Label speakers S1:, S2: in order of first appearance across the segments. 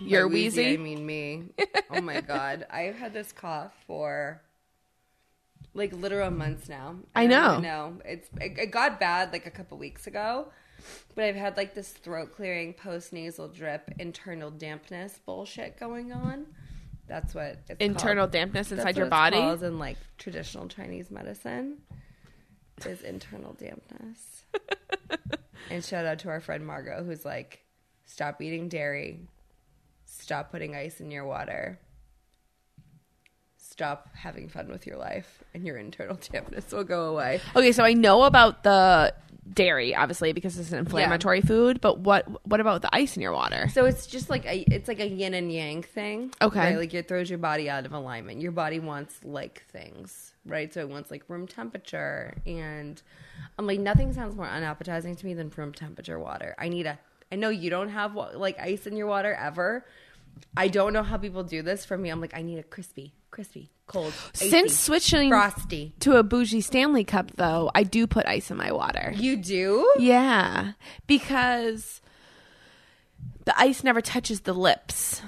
S1: You're
S2: By wheezy, I
S1: wheezy?
S2: mean me. Oh my god, I've had this cough for like literal months now. and
S1: I
S2: don't
S1: know.
S2: even know it's it, it got bad like a couple weeks ago, but I've had like this throat clearing, post nasal drip, internal dampness bullshit going on. That's what it's
S1: Internal
S2: called.
S1: dampness
S2: That's
S1: inside
S2: what
S1: your
S2: it's
S1: body?
S2: called in like traditional Chinese medicine is internal dampness. and shout out to our friend Margot, who's like, stop eating dairy, stop putting ice in your water, stop having fun with your life, and your internal dampness will go away.
S1: Okay, so I know about the dairy, obviously, because it's an inflammatory food. But what what about the ice in your water?
S2: So it's just like a it's like a yin and yang thing.
S1: Okay.
S2: Right? Like it throws your body out of alignment. Your body wants like things, right? So it wants like room temperature and I'm like nothing sounds more unappetizing to me than room temperature water. I need a I know you don't have wa- like ice in your water ever. I don't know how people do this for me. I'm like I need a crispy, crispy, cold, icy,
S1: Since switching
S2: frosty.
S1: to a bougie Stanley cup, though, I do put ice in my water.
S2: You do?
S1: Yeah, because the ice never touches the lips.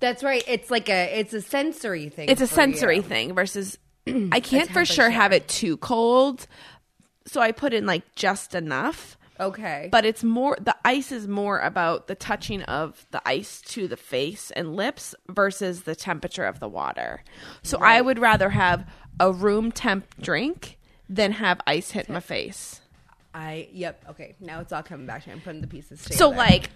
S2: That's right. It's like a it's a sensory thing.
S1: It's a
S2: for
S1: sensory
S2: you.
S1: thing versus I can't for sure have it too cold. So I put in like just enough.
S2: Okay.
S1: but it's more the ice is more about the touching of the ice to the face and lips versus the temperature of the water. So I would rather have a room temp drink than have ice hit my face.
S2: I yep okay now it's all coming back to me. I'm putting the pieces together.
S1: So like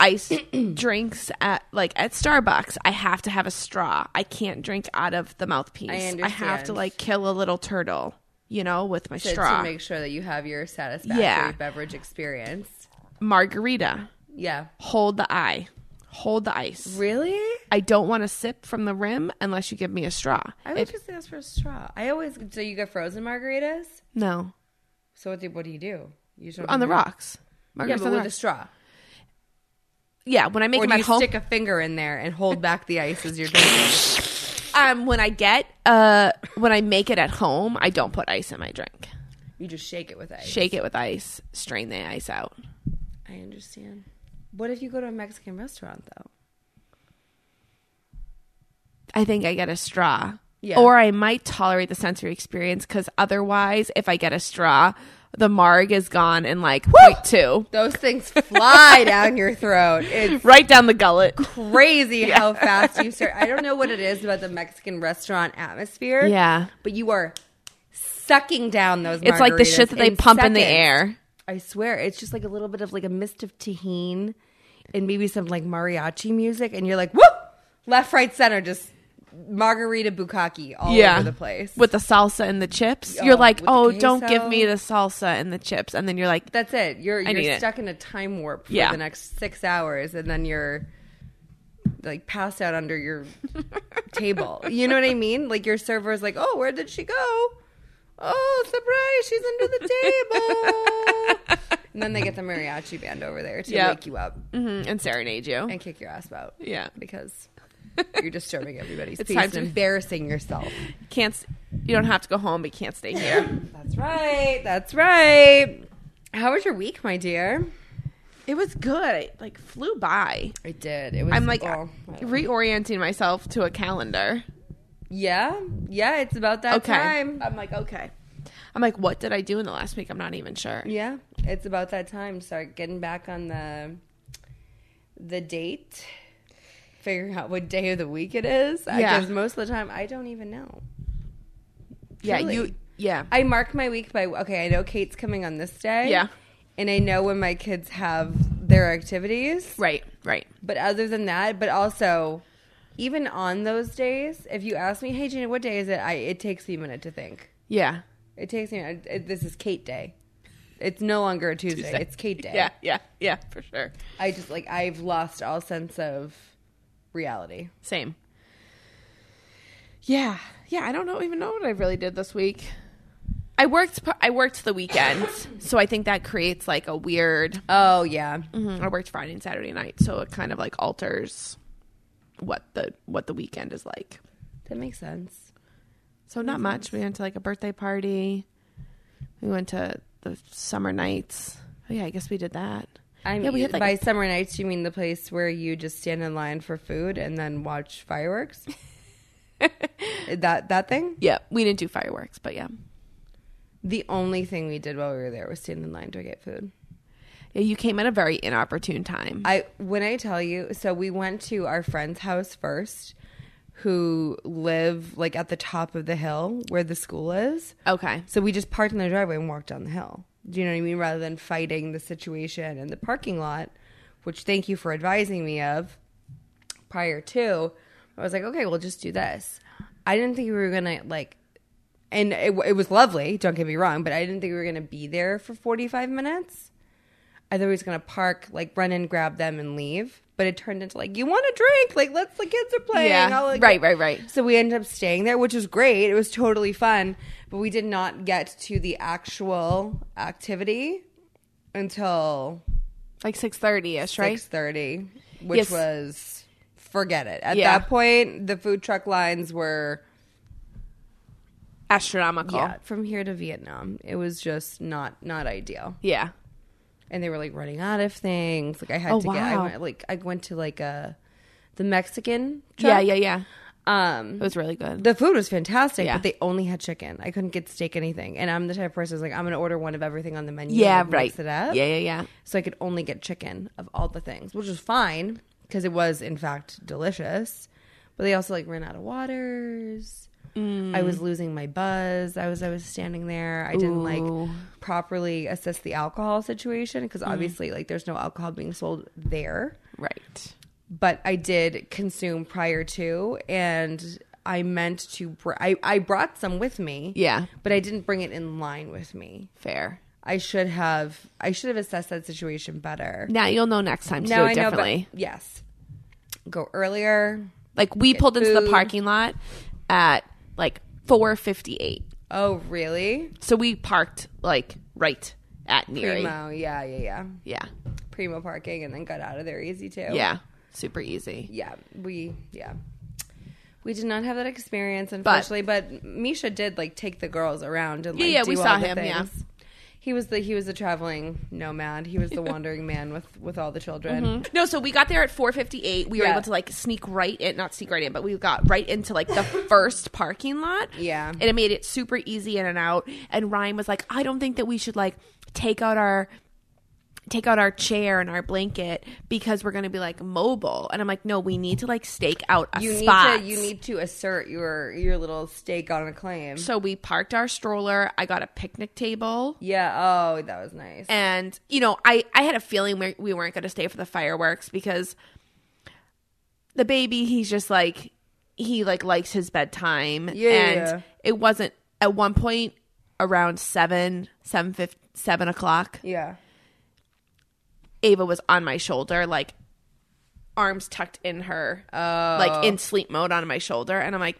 S1: ice drinks at like at Starbucks, I have to have a straw. I can't drink out of the mouthpiece. have to
S2: understand.
S1: like kill a little turtle, you know, with my
S2: to,
S1: straw.
S2: to make sure that you have your satisfactory
S1: Yeah.
S2: beverage experience.
S1: Margarita.
S2: Yeah,
S1: Hold the eye. Hold the ice.
S2: really.
S1: I don't want to sip from the rim unless you give me a straw.
S2: I would just ask for a straw. I always so you get frozen margaritas.
S1: No,
S2: So what do, what do you do? You just
S1: on the rocks.
S2: Mm-hmm. Yeah,
S1: Um, Margaritas
S2: but
S1: on the
S2: with a
S1: rocks.
S2: straw.
S1: yeah, when I make
S2: Or
S1: them
S2: do
S1: at
S2: you
S1: home,
S2: stick a finger in there and hold back the ice as you're drinking?
S1: um, when I get uh, when I make it at home, I don't put ice in my drink.
S2: you just shake it with ice.
S1: Shake it with ice, strain the ice out.
S2: I understand. What if you go to a Mexican restaurant though?
S1: I think I get a straw.
S2: Yeah.
S1: Or I might tolerate the sensory experience because otherwise, if I get a straw, the marg is gone in like point two,
S2: Those things fly down your throat. It's
S1: right down the gullet.
S2: crazy how fast you start. I don't know what it is about the Mexican restaurant atmosphere.
S1: Yeah.
S2: But you are sucking down those
S1: It's like the shit
S2: margaritas
S1: that they pump in the
S2: seconds.
S1: air.
S2: I swear, it's just like a little bit of like a mist of tahine and maybe some like mariachi music and you're like, whoop! Left, right, center, just margarita bukkake all over the place.
S1: with the salsa and the chips.
S2: Oh,
S1: you're like,
S2: with the
S1: oh, don't give
S2: queso."
S1: me the salsa and the chips, and then you're like,
S2: That's it. You're
S1: I need
S2: you're
S1: it.
S2: stuck in a time warp for
S1: Yeah.
S2: the next six hours, and then you're like passed out under your table. You know what I mean? Like your server's like, "Oh, where did she go? Oh, surprise! She's under the table." and then they get the mariachi band over there to
S1: Yep.
S2: wake you up
S1: mm and serenade you.
S2: and kick your ass out.
S1: Yeah.
S2: because you're disturbing everybody's
S1: It's
S2: peace
S1: time
S2: and
S1: to-
S2: embarrassing yourself.
S1: can't s- you don't have to go home, but you can't stay here.
S2: That's right. That's right. How was your week, my dear?
S1: it was good. It like flew by.
S2: I did. It was.
S1: I'm like uh,
S2: oh, I don't know.
S1: reorienting myself to a calendar.
S2: Yeah, yeah, it's about that
S1: Okay.
S2: time.
S1: I'm like, okay. I'm like, what did I do in the last week? I'm not even sure.
S2: Yeah, it's about that time. Start getting back on the the date, figuring out what day of the week it is.
S1: Yeah.
S2: Because most of the time, I don't even know.
S1: Yeah,
S2: Truly.
S1: you. Yeah,
S2: I mark my week by okay. I know Kate's coming on this day.
S1: Yeah.
S2: and I know when my kids have their activities.
S1: right, right.
S2: But other than that, but also. Even on those days, if you ask me, "Hey Gina, what day is it?" I it takes me a minute to think.
S1: Yeah,
S2: It takes me. I- I- This is Kate Day. It's no longer a Tuesday.
S1: Tuesday.
S2: It's Kate Day.
S1: yeah, yeah, yeah, for sure.
S2: I just like I've lost all sense of reality.
S1: Same. Yeah, yeah. I don't know, even know what I really did this week. I worked. p- I worked the weekend, so I think that creates like a weird.
S2: Oh yeah.
S1: I worked Friday and Saturday night, so it kind of like alters what the what the weekend is like. Mm-hmm.
S2: That makes sense.
S1: So not much. We went to like a birthday party. We went to the summer nights. Oh yeah, I guess we did that.
S2: I'm
S1: Yeah, we had, like,
S2: by
S1: a-
S2: summer nights you mean the place where you just stand in line for food and then watch fireworks? that that thing?
S1: Yeah, we didn't do fireworks, but yeah.
S2: The only thing we did while we were there was stand in line to get food.
S1: Yeah, you came at a very inopportune time.
S2: I when I tell you, so we went to our friend's house first, who live like at the top of the hill where the school is.
S1: okay.
S2: So we just parked in their driveway and walked down the hill. Do you know what I mean? Rather than fighting the situation in the parking lot, which thank you for advising me of prior to, I was like, okay, we'll just do this. I didn't think we were gonna like, and it, it was lovely. Don't get me wrong, but I didn't think we were gonna be there for forty five minutes. I thought we was gonna park, like run in, grab them, and leave. But it turned into like, you want a drink? Like, let's the kids are playing.
S1: Yeah.
S2: I'll, like,
S1: right, right, right.
S2: so we ended up staying there, which was great. It was totally fun, but we did not get to the actual activity until
S1: Like 6:30ish, right?
S2: six thirty, which
S1: Yes.
S2: was forget it. At
S1: Yeah.
S2: that point, the food truck lines were
S1: Astronomical.
S2: yeah, from here to Vietnam. It was just not not ideal,
S1: Yeah.
S2: and they were like running out of things. Like I had
S1: Oh,
S2: to get I
S1: wow.
S2: went, like I went to like a the Mexican
S1: Yeah,
S2: truck.
S1: yeah, yeah.
S2: Um,
S1: It was really good.
S2: The food was fantastic,
S1: Yeah.
S2: but they only had chicken. I couldn't get steak anything, and I'm the type of person who's like, I'm gonna order one of everything on the menu.
S1: yeah,
S2: and
S1: right.
S2: Mix it up.
S1: Yeah, yeah, yeah.
S2: So I could only get chicken of all the things, which was fine because it was in fact delicious. But they also like ran out of waters. I
S1: Mm.
S2: was losing my buzz. I was I was standing there. I didn't
S1: Ooh. Mm.
S2: like properly assess the alcohol situation because obviously like there's no alcohol being sold there
S1: Right.
S2: but I did consume prior to, and I meant to. Br- I I brought some with me,
S1: Yeah.
S2: but I didn't bring it in line with me.
S1: Fair.
S2: I should have. I should have assessed that situation better.
S1: Now you'll know next time to
S2: Now
S1: do it
S2: I know,
S1: differently.
S2: but yes, go earlier.
S1: Like we pulled into the
S2: food.
S1: parking lot at like 4:58.
S2: Oh, really?
S1: So we parked like right at Neary.
S2: Primo, yeah, yeah, yeah.
S1: Yeah.
S2: Primo parking, and then got out of there easy too.
S1: Yeah. Super easy.
S2: yeah. We yeah. We did not have that experience, unfortunately. But, Misha did like take the girls around and like,
S1: Yeah, yeah,
S2: do
S1: we
S2: all
S1: saw
S2: the
S1: him, yeah.
S2: things. he was the he was the traveling nomad. He was the wandering man with with all the children.
S1: No, so we got there at 4:58. We were
S2: Yeah.
S1: able to like sneak right in, not sneak right in, but we got right into like the first parking lot.
S2: Yeah.
S1: and it made it super easy in and out. And Ryan was like, "I don't think that we should like take out our." Take out our chair and our blanket because we're going to be like mobile, and I'm like, no, we need to like stake out a
S2: You
S1: spot.
S2: need to you need to assert your your little stake on a claim.
S1: so we parked our stroller. I got a picnic table.
S2: yeah. Oh, that was nice.
S1: and you know i i had a feeling we, we weren't going to stay for the fireworks because the baby he's just like he like likes his bedtime
S2: Yeah,
S1: and
S2: yeah.
S1: it wasn't at one point around 7 7 7 o'clock
S2: yeah.
S1: ava was on my shoulder like arms tucked in her like in sleep mode on my shoulder and i'm like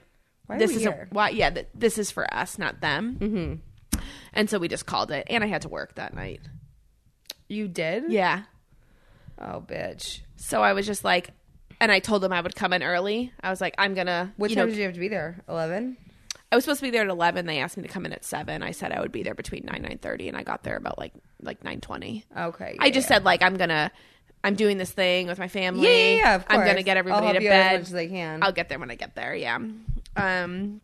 S2: Oh. Why are
S1: this
S2: we
S1: is
S2: here?
S1: a why yeah th- this is for us not them mm-hmm. and so we just called it and i had to work that night
S2: You did?
S1: yeah
S2: Oh, bitch.
S1: So I was just like, and I told them I would come in early. I was like, I'm gonna.
S2: What
S1: you
S2: time
S1: know,
S2: did you have to be there? Eleven.
S1: I was supposed to be there at eleven. They asked me to come in at seven. I said I would be there between nine nine thirty, and I got there about like like nine twenty.
S2: Okay.
S1: I just
S2: yeah.
S1: said like I'm gonna, I'm doing this thing with my family.
S2: yeah, yeah, yeah, of course.
S1: I'm gonna get everybody
S2: I'll help
S1: to
S2: you
S1: bed.
S2: as much as I can.
S1: I'll get there when I get there. Yeah. Um.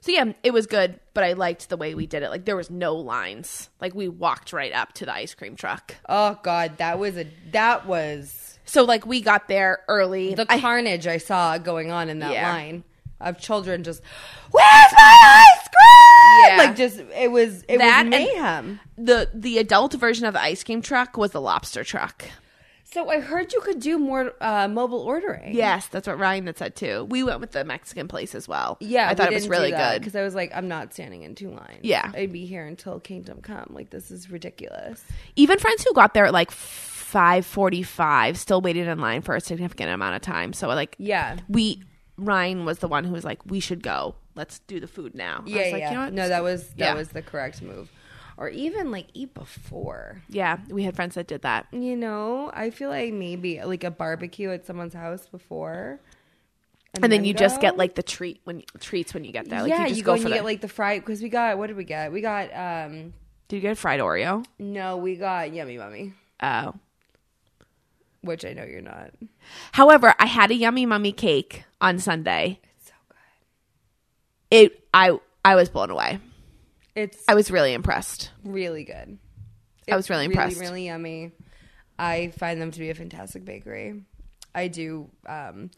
S1: So yeah, it was good, but I liked the way we did it. Like there was no lines. Like we walked right up to the ice cream truck.
S2: Oh God, that was a that was
S1: So like we got there early.
S2: the
S1: I-
S2: carnage I saw going on in that
S1: Yeah.
S2: line of children just where's my ice cream?
S1: Yeah.
S2: Like just it was it
S1: That and-
S2: was mayhem.
S1: the the adult version of the ice cream truck was the lobster truck.
S2: So I heard you could do more uh, mobile ordering.
S1: Yes, that's what Ryan had said too. We went with the Mexican place as well.
S2: Yeah,
S1: I thought it was really good.
S2: because I was like, I'm not standing in two lines.
S1: Yeah.
S2: I'd be here until Kingdom Come. Like this is ridiculous.
S1: Even friends who got there at like five forty five still waited in line for a significant amount of time. So like,
S2: Yeah,
S1: we Ryan was the one who was like, "We should go. Let's do the food now." I
S2: yeah,
S1: was like,
S2: yeah.
S1: "You know what?
S2: no, that was that
S1: Yeah.
S2: was the correct move, or even like eat before.
S1: yeah. We had friends that did that.
S2: You know, I feel like maybe like a barbecue at someone's house before,
S1: And then you just
S2: go.
S1: get like the treat when treats when you get there. Like,
S2: yeah,
S1: you
S2: you,
S1: just
S2: go,
S1: go,
S2: and
S1: for
S2: you
S1: the,
S2: get like the fried because we got what did we get? We got um
S1: Did you get a fried Oreo?
S2: no, we got yummy mummy.
S1: Oh.
S2: which I know you're not.
S1: However, I had a yummy mummy cake on Sunday.
S2: It's so good.
S1: It I I was blown away.
S2: It's
S1: I was really impressed.
S2: really good.
S1: I was really impressed.
S2: Really, yummy. I find them to be a fantastic bakery. I do um,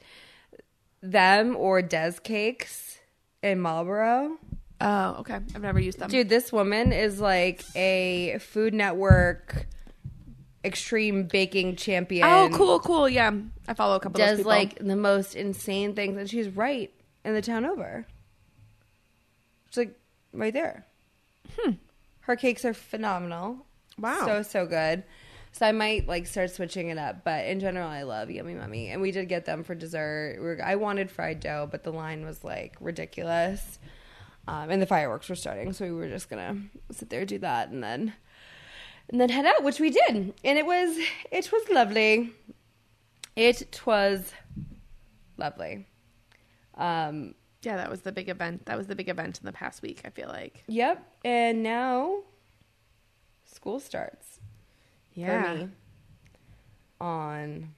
S2: them or Des Cakes in Marlboro.
S1: Oh, okay. I've never used them.
S2: Dude, this woman is like a Food Network extreme baking champion.
S1: oh, cool, cool. Yeah. I follow a couple of those
S2: Does
S1: people.
S2: like the most insane things, and she's right in the town over. She's like right there. Her cakes are phenomenal.
S1: Wow.
S2: so so good. So I might like start switching it up, but in general, I love Yummy Mummy, and we did get them for dessert. We were, I wanted fried dough, but the line was like ridiculous, um, and the fireworks were starting, so we were just gonna sit there do that, and then and then head out, which we did, and it was it was lovely. It was lovely. Um,
S1: Yeah, that was the big event. That was the big event in the past week, I feel like.
S2: yep. And now school starts for me on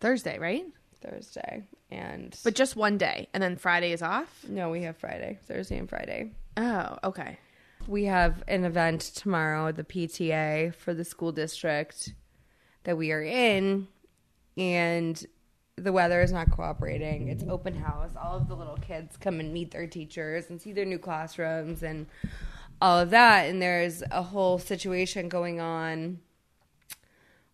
S1: Thursday, right?
S2: Thursday. And
S1: But just one day and then Friday is off?
S2: no, we have Friday, Thursday and Friday.
S1: Oh, okay.
S2: We have an event tomorrow at the PTA for the school district that we are in, and the weather is not cooperating. It's open house. All of the little kids come and meet their teachers and see their new classrooms and all of that. And there's a whole situation going on.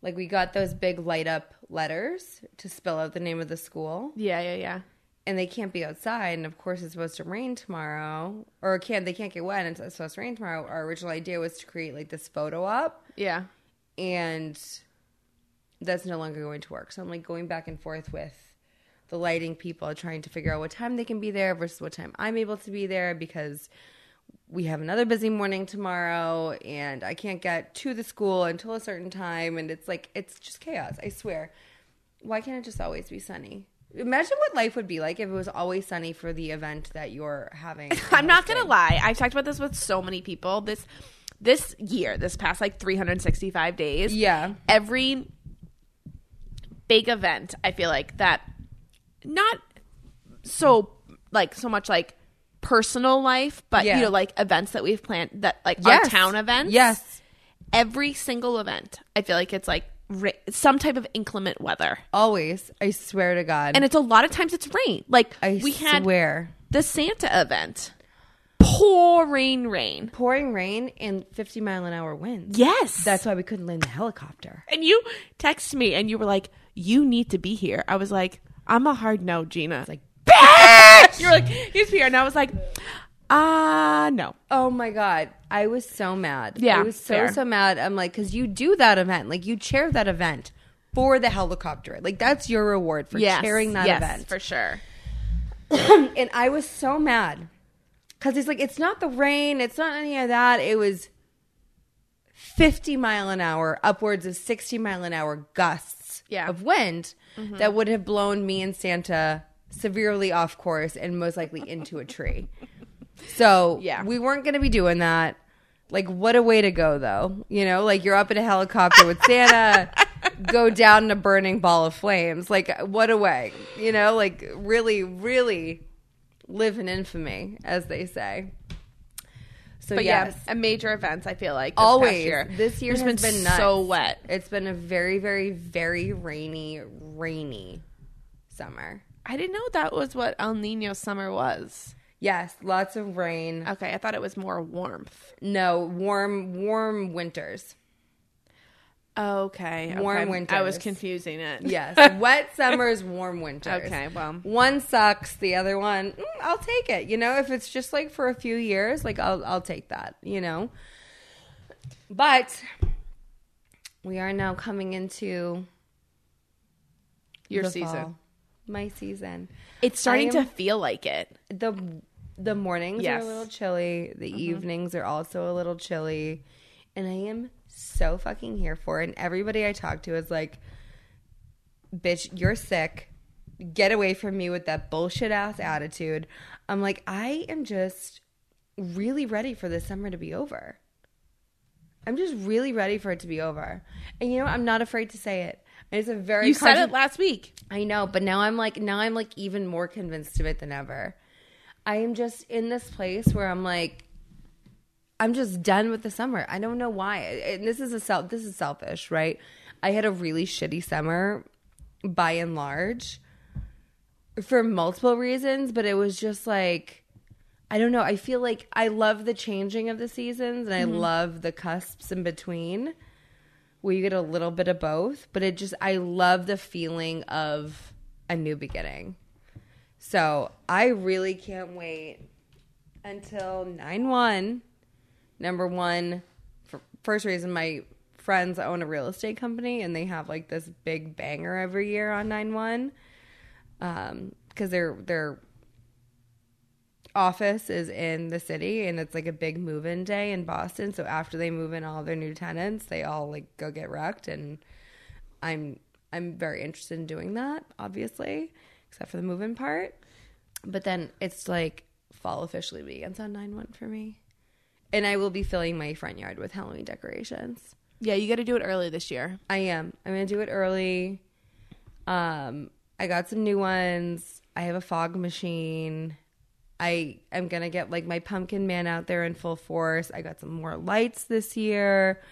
S2: Like, we got those big light up letters to spell out the name of the school
S1: Yeah, yeah, yeah.
S2: and they can't be outside. And of course, it's supposed to rain tomorrow, or can't they can't get wet? And it's supposed to rain tomorrow. Our original idea was to create like this photo op,
S1: Yeah.
S2: and that's no longer going to work. So I'm like going back and forth with the lighting people, trying to figure out what time they can be there versus what time I'm able to be there because we have another busy morning tomorrow and I can't get to the school until a certain time. And it's like, it's just chaos. I swear. Why can't it just always be sunny? Imagine what life would be like if it was always sunny for the event that you're having.
S1: I'm not gonna lie. I've talked about this with so many people. This this year, this past like 365 days.
S2: Yeah.
S1: Every big event, I feel like that not so like so much like personal life, but
S2: Yeah.
S1: you know, like events that we've planned that like
S2: Yes.
S1: our town events.
S2: Yes.
S1: Every single event, I feel like it's like ra- some type of inclement weather.
S2: Always. I swear to God.
S1: And it's a lot of times it's rain. Like
S2: I
S1: we had
S2: swear.
S1: the Santa event. Pouring rain.
S2: pouring rain and 50 mile an hour winds.
S1: Yes.
S2: That's why we couldn't land the helicopter.
S1: and you text me and you were like, "You need to be here." I was like, "I'm a hard no, Gina." It's
S2: like,
S1: "Bitch!" You're like, "He's here," and I was like, "Ah, uh, no."
S2: Oh my God. I was so mad.
S1: Yeah,
S2: I was so,
S1: fair.
S2: so mad. I'm like, because you do that event, like, you chair that event for the helicopter. Like, that's your reward for chairing that
S1: yes,
S2: event.
S1: for sure.
S2: and I was so mad because it's like it's not the rain, it's not any of that. It was fifty mile an hour, upwards of sixty mile an hour gusts
S1: Yeah. Mm-hmm.
S2: of wind that would have blown me and Santa severely off course and most likely into a tree. So
S1: Yeah.
S2: we weren't going to be doing that. Like, what a way to go, though. You know, like you're up in a helicopter with Santa, go down in a burning ball of flames. Like, what a way. You know, like really, really live in infamy, as they say. So,
S1: But
S2: yes,
S1: yeah, a major events. I feel like this
S2: always.
S1: past year.
S2: This year
S1: There's
S2: has been, nuts.
S1: so wet.
S2: It's been a very, very, very rainy, rainy summer.
S1: I didn't know that was what El Nino summer was.
S2: Yes, lots of rain.
S1: Okay, I thought it was more warmth.
S2: No, warm, warm winters.
S1: Okay,
S2: Warm
S1: okay. I was
S2: winters.
S1: confusing it.
S2: Yes, wet summers, warm winters.
S1: Okay, well.
S2: one sucks, the other one, mm, I'll take it. You know, if it's just like for a few years, like I'll I'll take that. You know, but we are now coming into
S1: your
S2: the
S1: season.
S2: fall. my season.
S1: It's starting
S2: I am-
S1: to feel like it.
S2: the The mornings
S1: Yes. Mm-hmm.
S2: are a little chilly. The evenings are also a little chilly, and I am so fucking here for it. And everybody I talk to is like, bitch, you're sick. Get away from me with that bullshit ass attitude. I'm like, I am just really ready for this summer to be over. I'm just really ready for it to be over. And you know, what? I'm not afraid to say it. And It's a very
S1: You said
S2: contro-
S1: it last week.
S2: I know, but now I'm like now I'm like even more convinced of it than ever. I am just in this place where I'm like I'm just done with the summer. I don't know why. And this is a self this is selfish, right? I had a really shitty summer by and large for multiple reasons, but it was just like I don't know. I feel like I love the changing of the seasons and I love the cusps in between where you get a little bit of both, but it just I love the feeling of a new beginning. So I really can't wait until nine one. Number one, for, first reason my friends own a real estate company and they have like this big banger every year on nine one, um, because their their office is in the city and it's like a big move-in day in Boston. So after they move in all their new tenants, they all like go get wrecked and I'm I'm very interested in doing that, obviously, except for the move-in part. But then it's like fall officially begins on 9-1 for me. And I will be filling my front yard with Halloween decorations.
S1: Yeah, you got to do it early this year.
S2: I am. I'm gonna do it early. Um, I got some new ones. I have a fog machine. I am gonna get like my pumpkin man out there in full force. I got some more lights this year.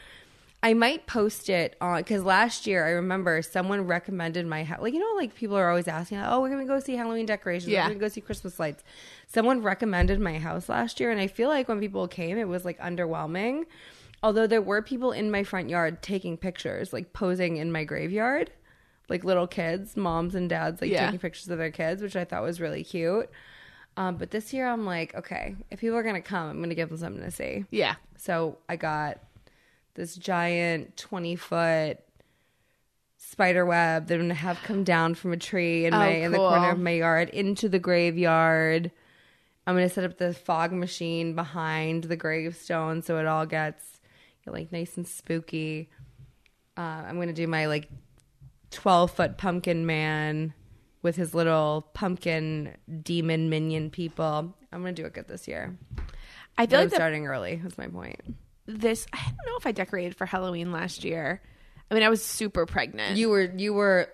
S2: I might post it on because last year I remember someone recommended my ha- like you know like people are always asking oh we're gonna go see Halloween decorations
S1: Yeah.
S2: we're gonna go see Christmas lights. Someone recommended my house last year, and I feel like when people came, it was like underwhelming. Although there were people in my front yard taking pictures, like posing in my graveyard, like little kids, moms and dads, like
S1: Yeah.
S2: taking pictures of their kids, which I thought was really cute. Um, but this year, I'm like, okay, if people are gonna come, I'm gonna give them something to see.
S1: Yeah.
S2: So I got this giant 20 foot spider web that I'm gonna have come down from a tree in
S1: Oh,
S2: my in the corner
S1: cool.
S2: of my yard into the graveyard. I'm gonna set up the fog machine behind the gravestone so it all gets you know, like nice and spooky. Uh, I'm gonna do my like 12 foot pumpkin man with his little pumpkin demon minion people. I'm gonna do it good this year.
S1: I
S2: But
S1: feel
S2: I'm
S1: like the
S2: starting early. That's my point.
S1: this I don't know if I decorated for Halloween last year. I mean, I was super pregnant.
S2: You were you were,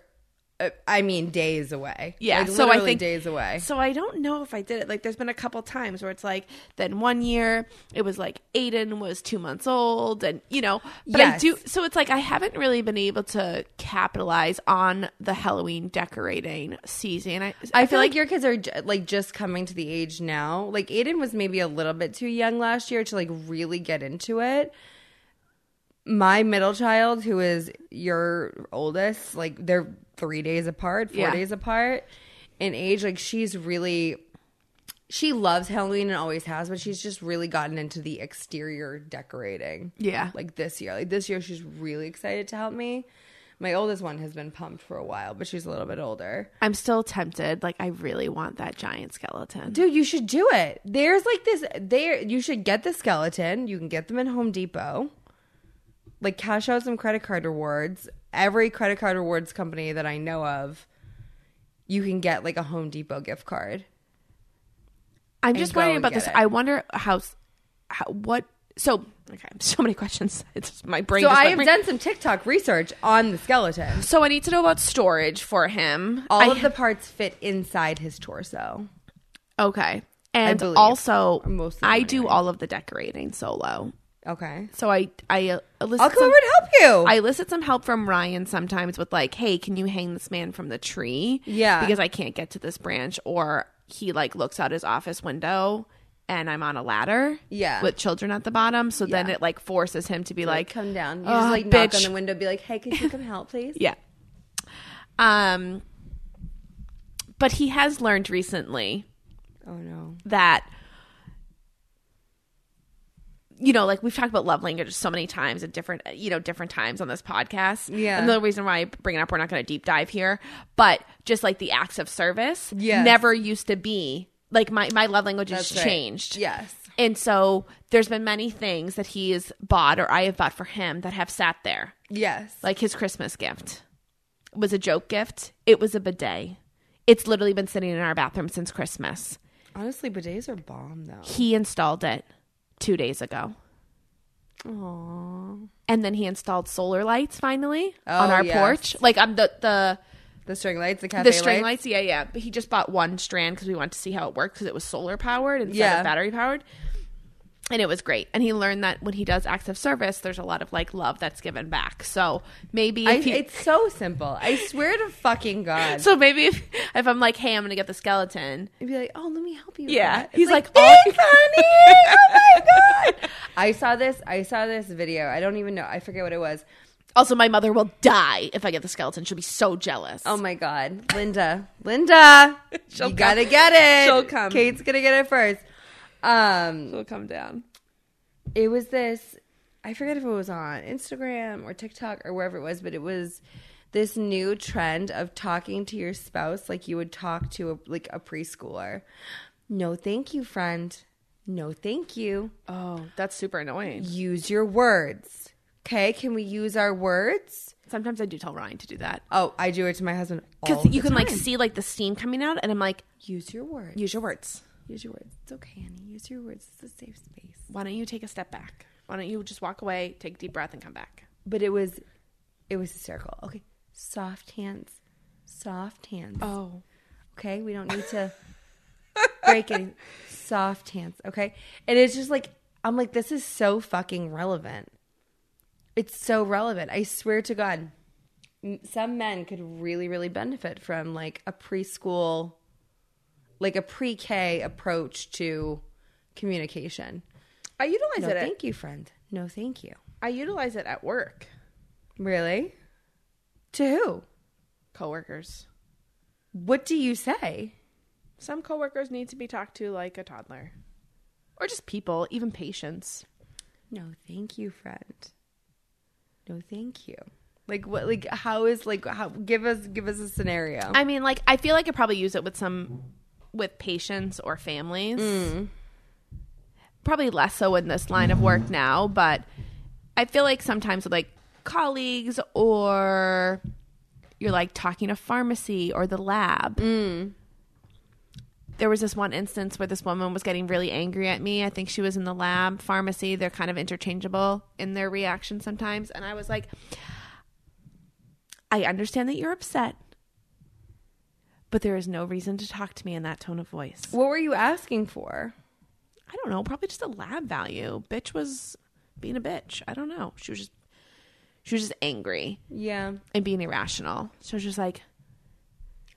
S2: uh, I mean, days away.
S1: Yeah,
S2: Like,
S1: so I
S2: literally
S1: think-
S2: days away.
S1: so I don't know if I did it. Like, there's been a couple times where it's like, then one year it was like Aiden was two months old, and you know, but I
S2: Yes.
S1: do. So it's like I haven't really been able to capitalize on the Halloween decorating season. I,
S2: I feel like your kids are ju- like just coming to the age now. Like Aiden was maybe a little bit too young last year to like really get into it. My middle child, who is your oldest, like they're three days apart, four
S1: Yeah.
S2: days apart in age. Like she's really, she loves Halloween and always has, but she's just really gotten into the exterior decorating.
S1: yeah,
S2: like this year. Like this year, she's really excited to help me. My oldest one has been pumped for a while, but she's a little bit older.
S1: I'm still tempted. Like, I really want that giant skeleton.
S2: Dude, you should do it. There's like this. There, you should get the skeleton. You can get them in Home Depot. Like cash out some credit card rewards. Every credit card rewards company that I know of, you can get like a Home Depot gift card.
S1: I'm just
S2: go
S1: wondering
S2: and
S1: about
S2: get
S1: this.
S2: it.
S1: I wonder how, how what. So okay, so many questions. It's just- my brain.
S2: So
S1: just
S2: I
S1: went
S2: have
S1: ring-
S2: done some TikTok research on the skeleton.
S1: So I need to know about storage for him.
S2: All
S1: I-
S2: of the parts fit inside his torso.
S1: okay, and
S2: believe.
S1: also
S2: Most of them
S1: I do
S2: anyway.
S1: all of the decorating solo.
S2: Okay,
S1: So I I uh, elicit
S2: I'll come
S1: some,
S2: over and help you.
S1: I elicit some help from Ryan sometimes with like, hey, can you hang this man from the tree?
S2: Yeah.
S1: because I can't get to this branch, or he like looks out his office window. And I'm on a ladder,
S2: Yeah.
S1: with children at the bottom. So then it like forces him to be
S2: like
S1: like,
S2: come down. You
S1: "Ugh,
S2: just like knock on
S1: bitch."
S2: the window, be like, "Hey, could you come help, please?"
S1: Yeah. Um but he has learned recently
S2: Oh no.
S1: that you know, like we've talked about love language so many times at different, you know, different times on this podcast.
S2: Yeah.
S1: Another reason why I bring it up, we're not going to deep dive here, but just like the acts of service
S2: Yes.
S1: never used to be like my, my love language has
S2: That's right.
S1: changed.
S2: Yes.
S1: And so there's been many things that he has bought or I have bought for him that have sat there
S2: Yes.
S1: like his Christmas gift was a joke gift. It was a bidet. It's literally been sitting in our bathroom since Christmas.
S2: Honestly, bidets are bomb though.
S1: He installed it two days ago.
S2: Aww.
S1: and then he installed solar lights finally on
S2: Oh,
S1: our
S2: yes.
S1: porch. Like um, the the
S2: The string lights, the cafe
S1: the string
S2: lights.
S1: lights. Yeah, yeah. But he just bought one strand because we wanted to see how it worked because it was solar powered instead
S2: Yeah.
S1: of battery powered. And it was great. And he learned that when he does acts of service, there's a lot of like love that's given back. So maybe
S2: I,
S1: if you,
S2: it's so simple. I swear to fucking God.
S1: so maybe if, if I'm like, hey, I'm gonna get the skeleton.
S2: I'd be like, oh, let me help you. with
S1: Yeah.
S2: that. It's
S1: He's like,
S2: "Thanks,
S1: "Oh."
S2: honey. Oh my God. I saw this. I saw this video. I don't even know. I forget what it was.
S1: Also, my mother will die if I get the skeleton. She'll be so jealous.
S2: Oh my God, Linda, Linda,
S1: She'll
S2: you
S1: come.
S2: gotta get it.
S1: She'll come.
S2: Kate's gonna get it first. Um,
S1: will come down.
S2: it was this. I forget if it was on Instagram or TikTok or wherever it was, but it was this new trend of talking to your spouse like you would talk to a, like a preschooler. No, thank you, friend. No, thank you.
S1: Oh, that's super annoying.
S2: Use your words. Okay, can we use our words?
S1: Sometimes I do tell Ryan to do that
S2: Oh, I do it to my husband all
S1: because you
S2: the
S1: can like
S2: time.
S1: see like the steam coming out, and I'm like,
S2: use your words.
S1: use your words.
S2: Use your words. It's okay, honey. Use your words. It's a safe space.
S1: why don't you take a step back? Why don't you just walk away, take a deep breath, and come back?
S2: But it was, it was hysterical. Okay, soft hands, soft hands.
S1: Oh,
S2: Okay, we don't need to break any soft hands. Okay, and it's just like I'm like this is so fucking relevant. It's so relevant. I swear to God, m- some men could really, really benefit from like a preschool, like a pre-K approach to communication.
S1: I utilize
S2: No,
S1: it. at-
S2: thank you, friend. No, thank you.
S1: I utilize it at work.
S2: Really? To who?
S1: Coworkers.
S2: What do you say?
S1: Some coworkers need to be talked to like a toddler, or just people, even patients.
S2: No, thank you, friend. No, thank you. Like what? Like how is like how? Give us give us a scenario.
S1: I mean, like I feel like I probably use it with some with patients or families. Probably less so in this line of work now, but I feel like sometimes with like colleagues or you're like talking to pharmacy or the lab. There was this one instance where this woman was getting really angry at me. I think she was in the lab, pharmacy. They're kind of interchangeable in their reaction sometimes. And I was like, I understand that you're upset, but there is no reason to talk to me in that tone of voice.
S2: what were you asking for?
S1: I don't know, probably just a lab value. Bitch was being a bitch. I don't know. She was just she was just angry
S2: Yeah.
S1: and being irrational. So it's just like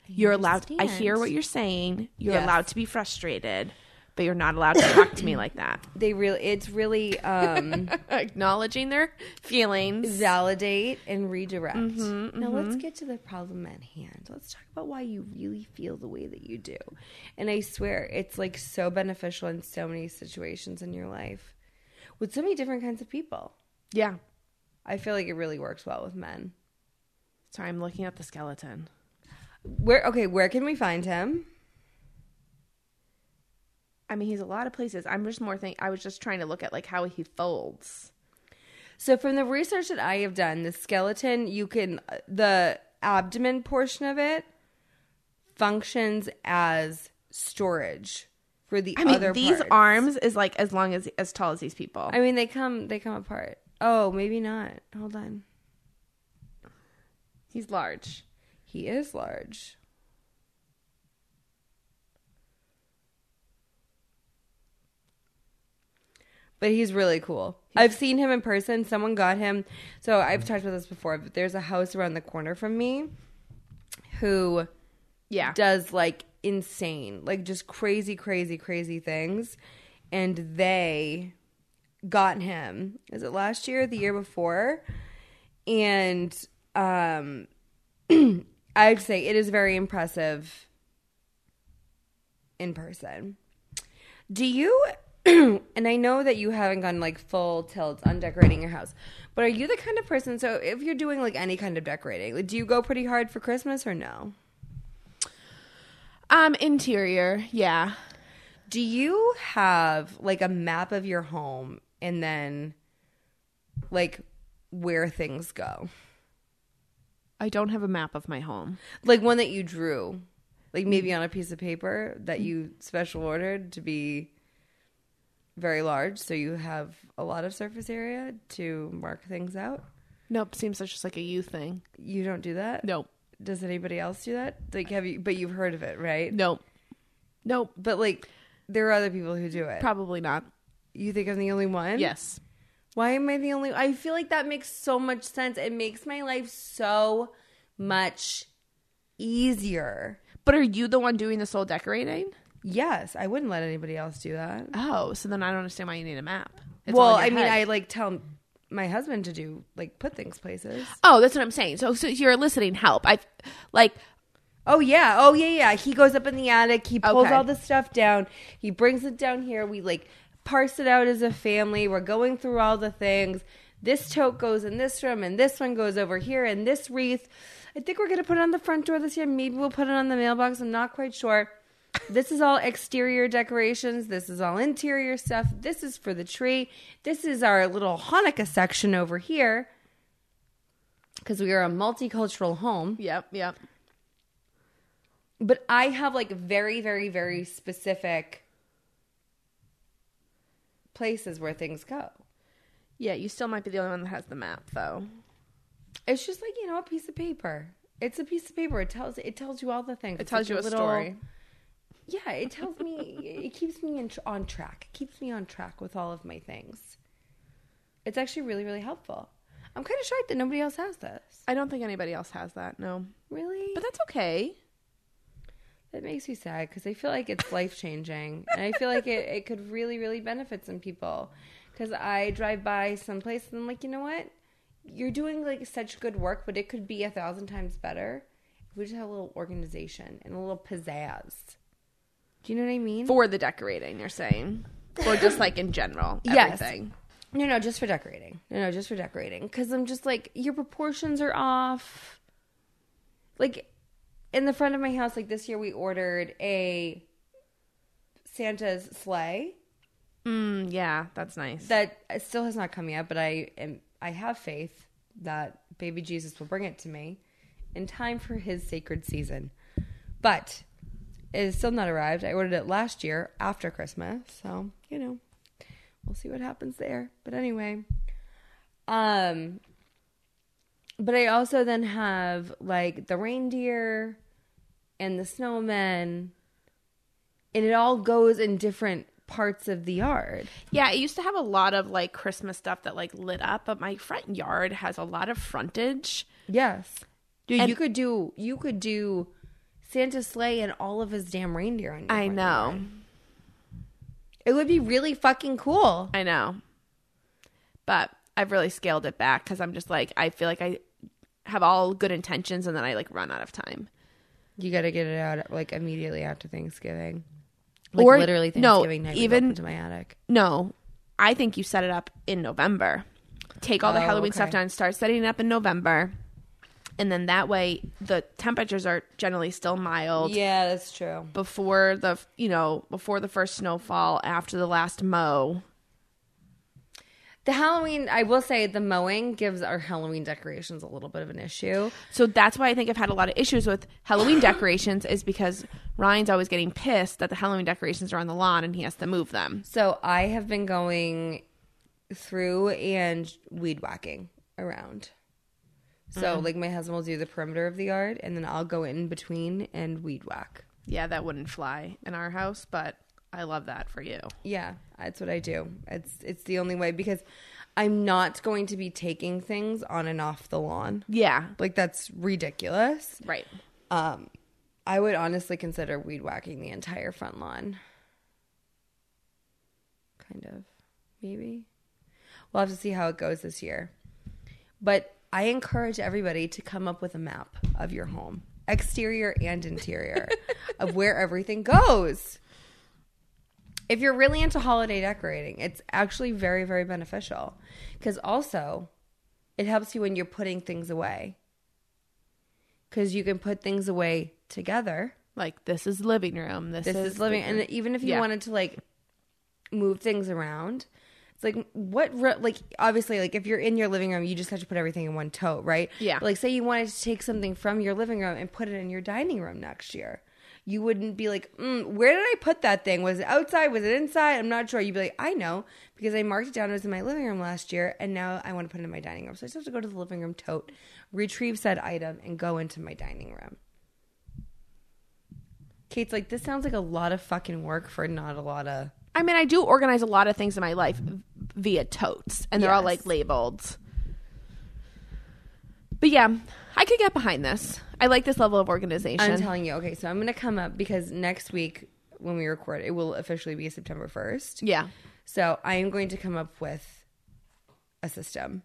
S1: you're allowed I hear
S2: understand.
S1: what you're saying. You're
S2: Yes.
S1: allowed to be frustrated, but you're not allowed to talk to me like that.
S2: They really. It's really um
S1: Acknowledging their feelings.
S2: validate and redirect. Now let's get to the problem at hand. Let's talk about why you really feel the way that you do. And I swear, it's like so beneficial in so many situations in your life with so many different kinds of people.
S1: Yeah.
S2: I feel like it really works well with men.
S1: Sorry, I'm looking at the skeleton.
S2: Where okay, where can we find him?
S1: I mean, he's a lot of places. I'm just more think I was just trying to look at like how he folds.
S2: So from the research that I have done, the skeleton, you can uh, the abdomen portion of it functions as storage for the
S1: I mean,
S2: other
S1: these
S2: parts.
S1: arms is like as long as as tall as these people.
S2: I mean, they come they come apart. Oh, maybe not. Hold on.
S1: He's large.
S2: He is large. But he's really cool. I've seen him in person. Someone got him. So I've talked about this before, but there's a house around the corner from me who
S1: Yeah.
S2: does like insane, like just crazy, crazy, crazy things. And they got him. Is it last year or the year before? And um I'd say it is very impressive in person. Do you and I know that you haven't gone like full tilt on decorating your house, but are you the kind of person so if you're doing like any kind of decorating, like, do you go pretty hard for Christmas or no?
S1: Um, interior. Yeah.
S2: Do you have like a map of your home and then like where things go?
S1: I don't have a map of my home.
S2: Like one that you drew, like maybe on a piece of paper that you special ordered to be very large, so you have a lot of surface area to mark things out.
S1: Nope. Seems that's just like a you thing.
S2: You don't do that.
S1: Nope.
S2: Does anybody else do that? Like, have you? But you've heard of it, right?
S1: Nope. Nope.
S2: But like, there are other people who do it.
S1: Probably not.
S2: you think I'm the only one?
S1: Yes.
S2: Why am I the only? I feel like that makes so much sense. It makes my life so much easier.
S1: But are you the one doing the soul decorating?
S2: Yes, I wouldn't let anybody else do that.
S1: Oh, so then I don't understand why you need a map. It's
S2: well,
S1: all in
S2: I
S1: your
S2: mean,
S1: head.
S2: I like tell my husband to do like put things places.
S1: Oh, that's what I'm saying. So, so you're eliciting help. I like
S2: Oh yeah, oh yeah, yeah. He goes up in the attic. He pulls
S1: Okay.
S2: all the stuff down. He brings it down here. We like parse it out as a family. We're going through all the things. This tote goes in this room, and this one goes over here, and this wreath. I think we're gonna put it on the front door this year. Maybe we'll put it on the mailbox. I'm not quite sure. This is all exterior decorations. This is all interior stuff. This is for the tree. This is our little Hanukkah section over here. Because we are a multicultural home
S1: Yep, yep.
S2: but I have like very, very, very specific places where things go.
S1: Yeah, you still might be the only one that has the map though.
S2: It's just like you know a piece of paper. It's a piece of paper. It tells it tells you all the things.
S1: It tells you a story.
S2: Yeah, it tells me. it keeps me in, on track. It keeps me on track with all of my things. It's actually really, really helpful. I'm kind of shocked that nobody else has this.
S1: I don't think anybody else has that. No.
S2: Really,
S1: But that's okay.
S2: That makes me sad because I feel like it's life changing. and I feel like it, it could really, really benefit some people. Because I drive by someplace and I'm like, you know what? You're doing like such good work, but it could be a thousand times better if we just had a little organization and a little pizzazz. Do you know what I mean?
S1: For the decorating, you're saying. Or just like in general.
S2: Yes.
S1: Everything.
S2: no, no, just for decorating. No, no, just for decorating. Because I'm just like, your proportions are off. Like, in the front of my house, like this year, we ordered a Santa's sleigh.
S1: Mm, yeah, that's nice.
S2: that still has not come yet, but I am I have faith that baby Jesus will bring it to me in time for his sacred season. But it is still not arrived. I ordered it last year after Christmas, so you know. We'll see what happens there. But anyway. Um but I also then have like the reindeer and the snowmen and it all goes in different parts of the yard.
S1: yeah, I used to have a lot of like Christmas stuff that like lit up, but my front yard has a lot of frontage.
S2: Yes. Dude,
S1: And-
S2: you could do you could do Santa sleigh and all of his damn reindeer on your
S1: I
S2: front
S1: know.
S2: yard. It would be really fucking cool.
S1: I know. But I've really scaled it back because I'm just like, I feel like I have all good intentions and then I like run out of time.
S2: You got to get it out like immediately after Thanksgiving. Like
S1: Or-
S2: literally
S1: no,
S2: Thanksgiving night
S1: even-
S2: even into my attic.
S1: No, I think you set it up in November. Take all the
S2: Oh,
S1: Halloween
S2: okay.
S1: stuff down, start setting it up in November. And then that way the temperatures are generally still mild
S2: Yeah, that's true.
S1: before the, you know, before the first snowfall after the last mow.
S2: The Halloween, I will say the mowing gives our Halloween decorations a little bit of an issue.
S1: So that's why I think I've had a lot of issues with Halloween decorations is because Ryan's always getting pissed that the Halloween decorations are on the lawn and he has to move them.
S2: So I have been going through and weed whacking around. So like my husband will do the perimeter of the yard and then I'll go in between and weed whack.
S1: Yeah, that wouldn't fly in our house, but I love that for you.
S2: Yeah, that's what I do. It's it's the only way because I'm not going to be taking things on and off the lawn.
S1: Yeah.
S2: Like that's ridiculous.
S1: Right.
S2: Um I would honestly consider weed whacking the entire front lawn. Kind of. Maybe. We'll have to see how it goes this year. But I encourage everybody to come up with a map of your home, exterior and interior, of where everything goes. If you're really into holiday decorating, it's actually very, very beneficial because also it helps you when you're putting things away because you can put things away together.
S1: Like this is living room. This,
S2: This is living, and even if you
S1: Yeah.
S2: wanted to like move things around, it's like what re- like obviously like if you're in your living room, you just have to put everything in one tote, right?
S1: Yeah.
S2: But, like say you wanted to take something from your living room and put it in your dining room next year, you wouldn't be like, mm, where did I put that thing? Was it outside? Was it inside? I'm not sure. You'd be like, I know because I marked it down. It was in my living room last year, and now I want to put it in my dining room. So I just have to go to the living room tote, retrieve said item, and go into my dining room. Kate's like, this sounds like a lot of fucking work for not a lot of.
S1: I mean, I do organize a lot of things in my life via totes, and they're all
S2: Yes.
S1: like labeled. But yeah, I could get behind this. I like this level of organization.
S2: I'm telling you. Okay, so I'm gonna come up because next week when we record, it will officially be September 1st.
S1: yeah.
S2: So I am going to come up with a system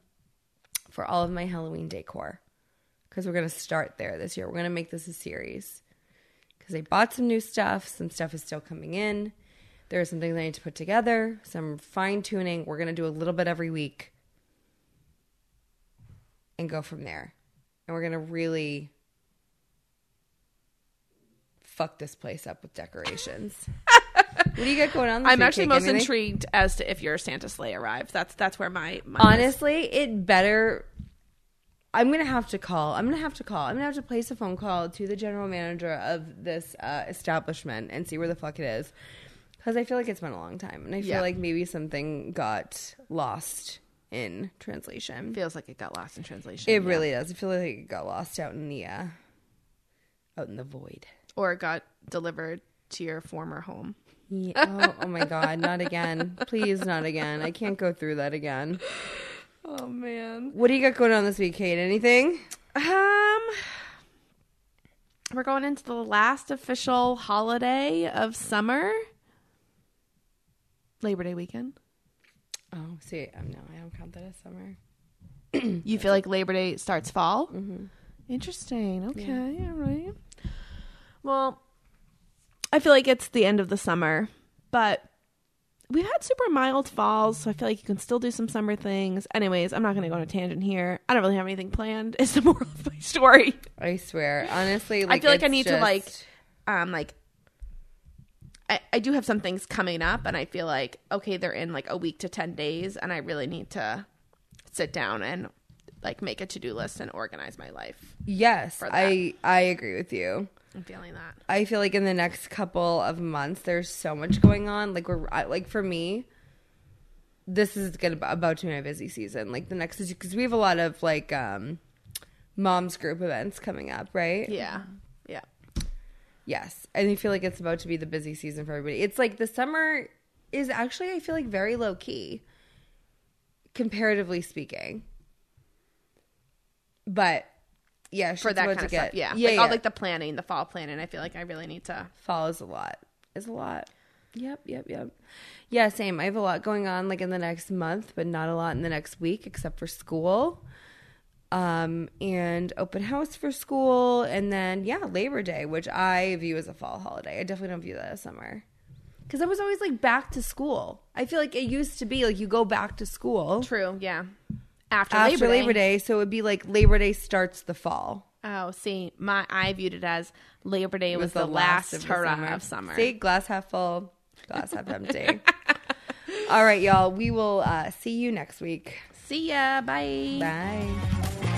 S2: for all of my Halloween decor because we're gonna start there this year. We're gonna make this a series because I bought some new stuff. Some stuff is still coming in. There are some things I need to put together. Some fine tuning. We're gonna do a little bit every week and go from there. And we're gonna really fuck this place up with decorations. what do you got going on? This
S1: I'm
S2: week,
S1: actually
S2: Kate?
S1: most
S2: Anything?
S1: intrigued as to if your Santa sleigh arrives. That's that's where my, my
S2: Honestly, it better. I'm gonna have to call. I'm gonna have to call. I'm gonna have to place a phone call to the general manager of this uh, establishment and see where the fuck it is, because I feel like it's been a long time, and I feel
S1: Yeah.
S2: like maybe something got lost in translation.
S1: feels like it got lost in translation.
S2: It
S1: yeah.
S2: really does. I feel like it got lost out in the uh, out in the void.
S1: or it got delivered to your former home.
S2: Yeah. Oh, oh my god, not again! Please, not again! I can't go through that again.
S1: Oh man.
S2: What do you got going on this week, Kate? Anything?
S1: Um we're going into the last official holiday of summer. Labor Day weekend.
S2: Oh, see, um, no, I don't count that as summer.
S1: You feel like Labor Day starts fall? Interesting. Okay. All right. Well, I feel like it's the end of the summer, but we've had super mild falls, so I feel like you can still do some summer things. Anyways, I'm not going to go on a tangent here. I don't really have anything planned. It's the moral of my story.
S2: I swear, honestly, like,
S1: I feel like I
S2: it's
S1: need to
S2: just-
S1: like, um, like. I, I do have some things coming up, and I feel like okay, they're in like a week to ten days, and I really need to sit down and like make a to do list and organize my life.
S2: yes,
S1: that.
S2: I I agree with you.
S1: I'm feeling that.
S2: I feel like in the next couple of months, there's so much going on. Like we're I- like for me, this is gonna about to be my busy season. Like the next because we have a lot of like um moms group events coming up, right?
S1: Yeah, yeah.
S2: Yes. And I feel like it's about to be the busy season for everybody. It's like the summer is actually, I feel like, very low key, comparatively speaking. But yeah,
S1: For that kind of
S2: get,
S1: stuff, yeah.
S2: Yeah.
S1: like
S2: yeah.
S1: all like the planning, the fall planning. I feel like I really need to.
S2: fall is a lot. Is a lot. Yep, yep, yep. Yeah, same. I have a lot going on like in the next month, but not a lot in the next week except for school. Um, and open house for school and then yeah, Labor Day, which I view as a fall holiday. I definitely don't view that as summer. Cuz I was always like back to school. I feel like it used to be like you go back to school
S1: True. Yeah. After,
S2: after
S1: Labor, Day.
S2: so it would be like Labor Day starts the fall.
S1: Oh, see, my I viewed it as Labor Day
S2: It
S1: was, the, last, hurrah of summer.
S2: See, glass half full, glass half empty. All right, y'all. We will uh, see you next week.
S1: See ya. Bye.
S2: Bye.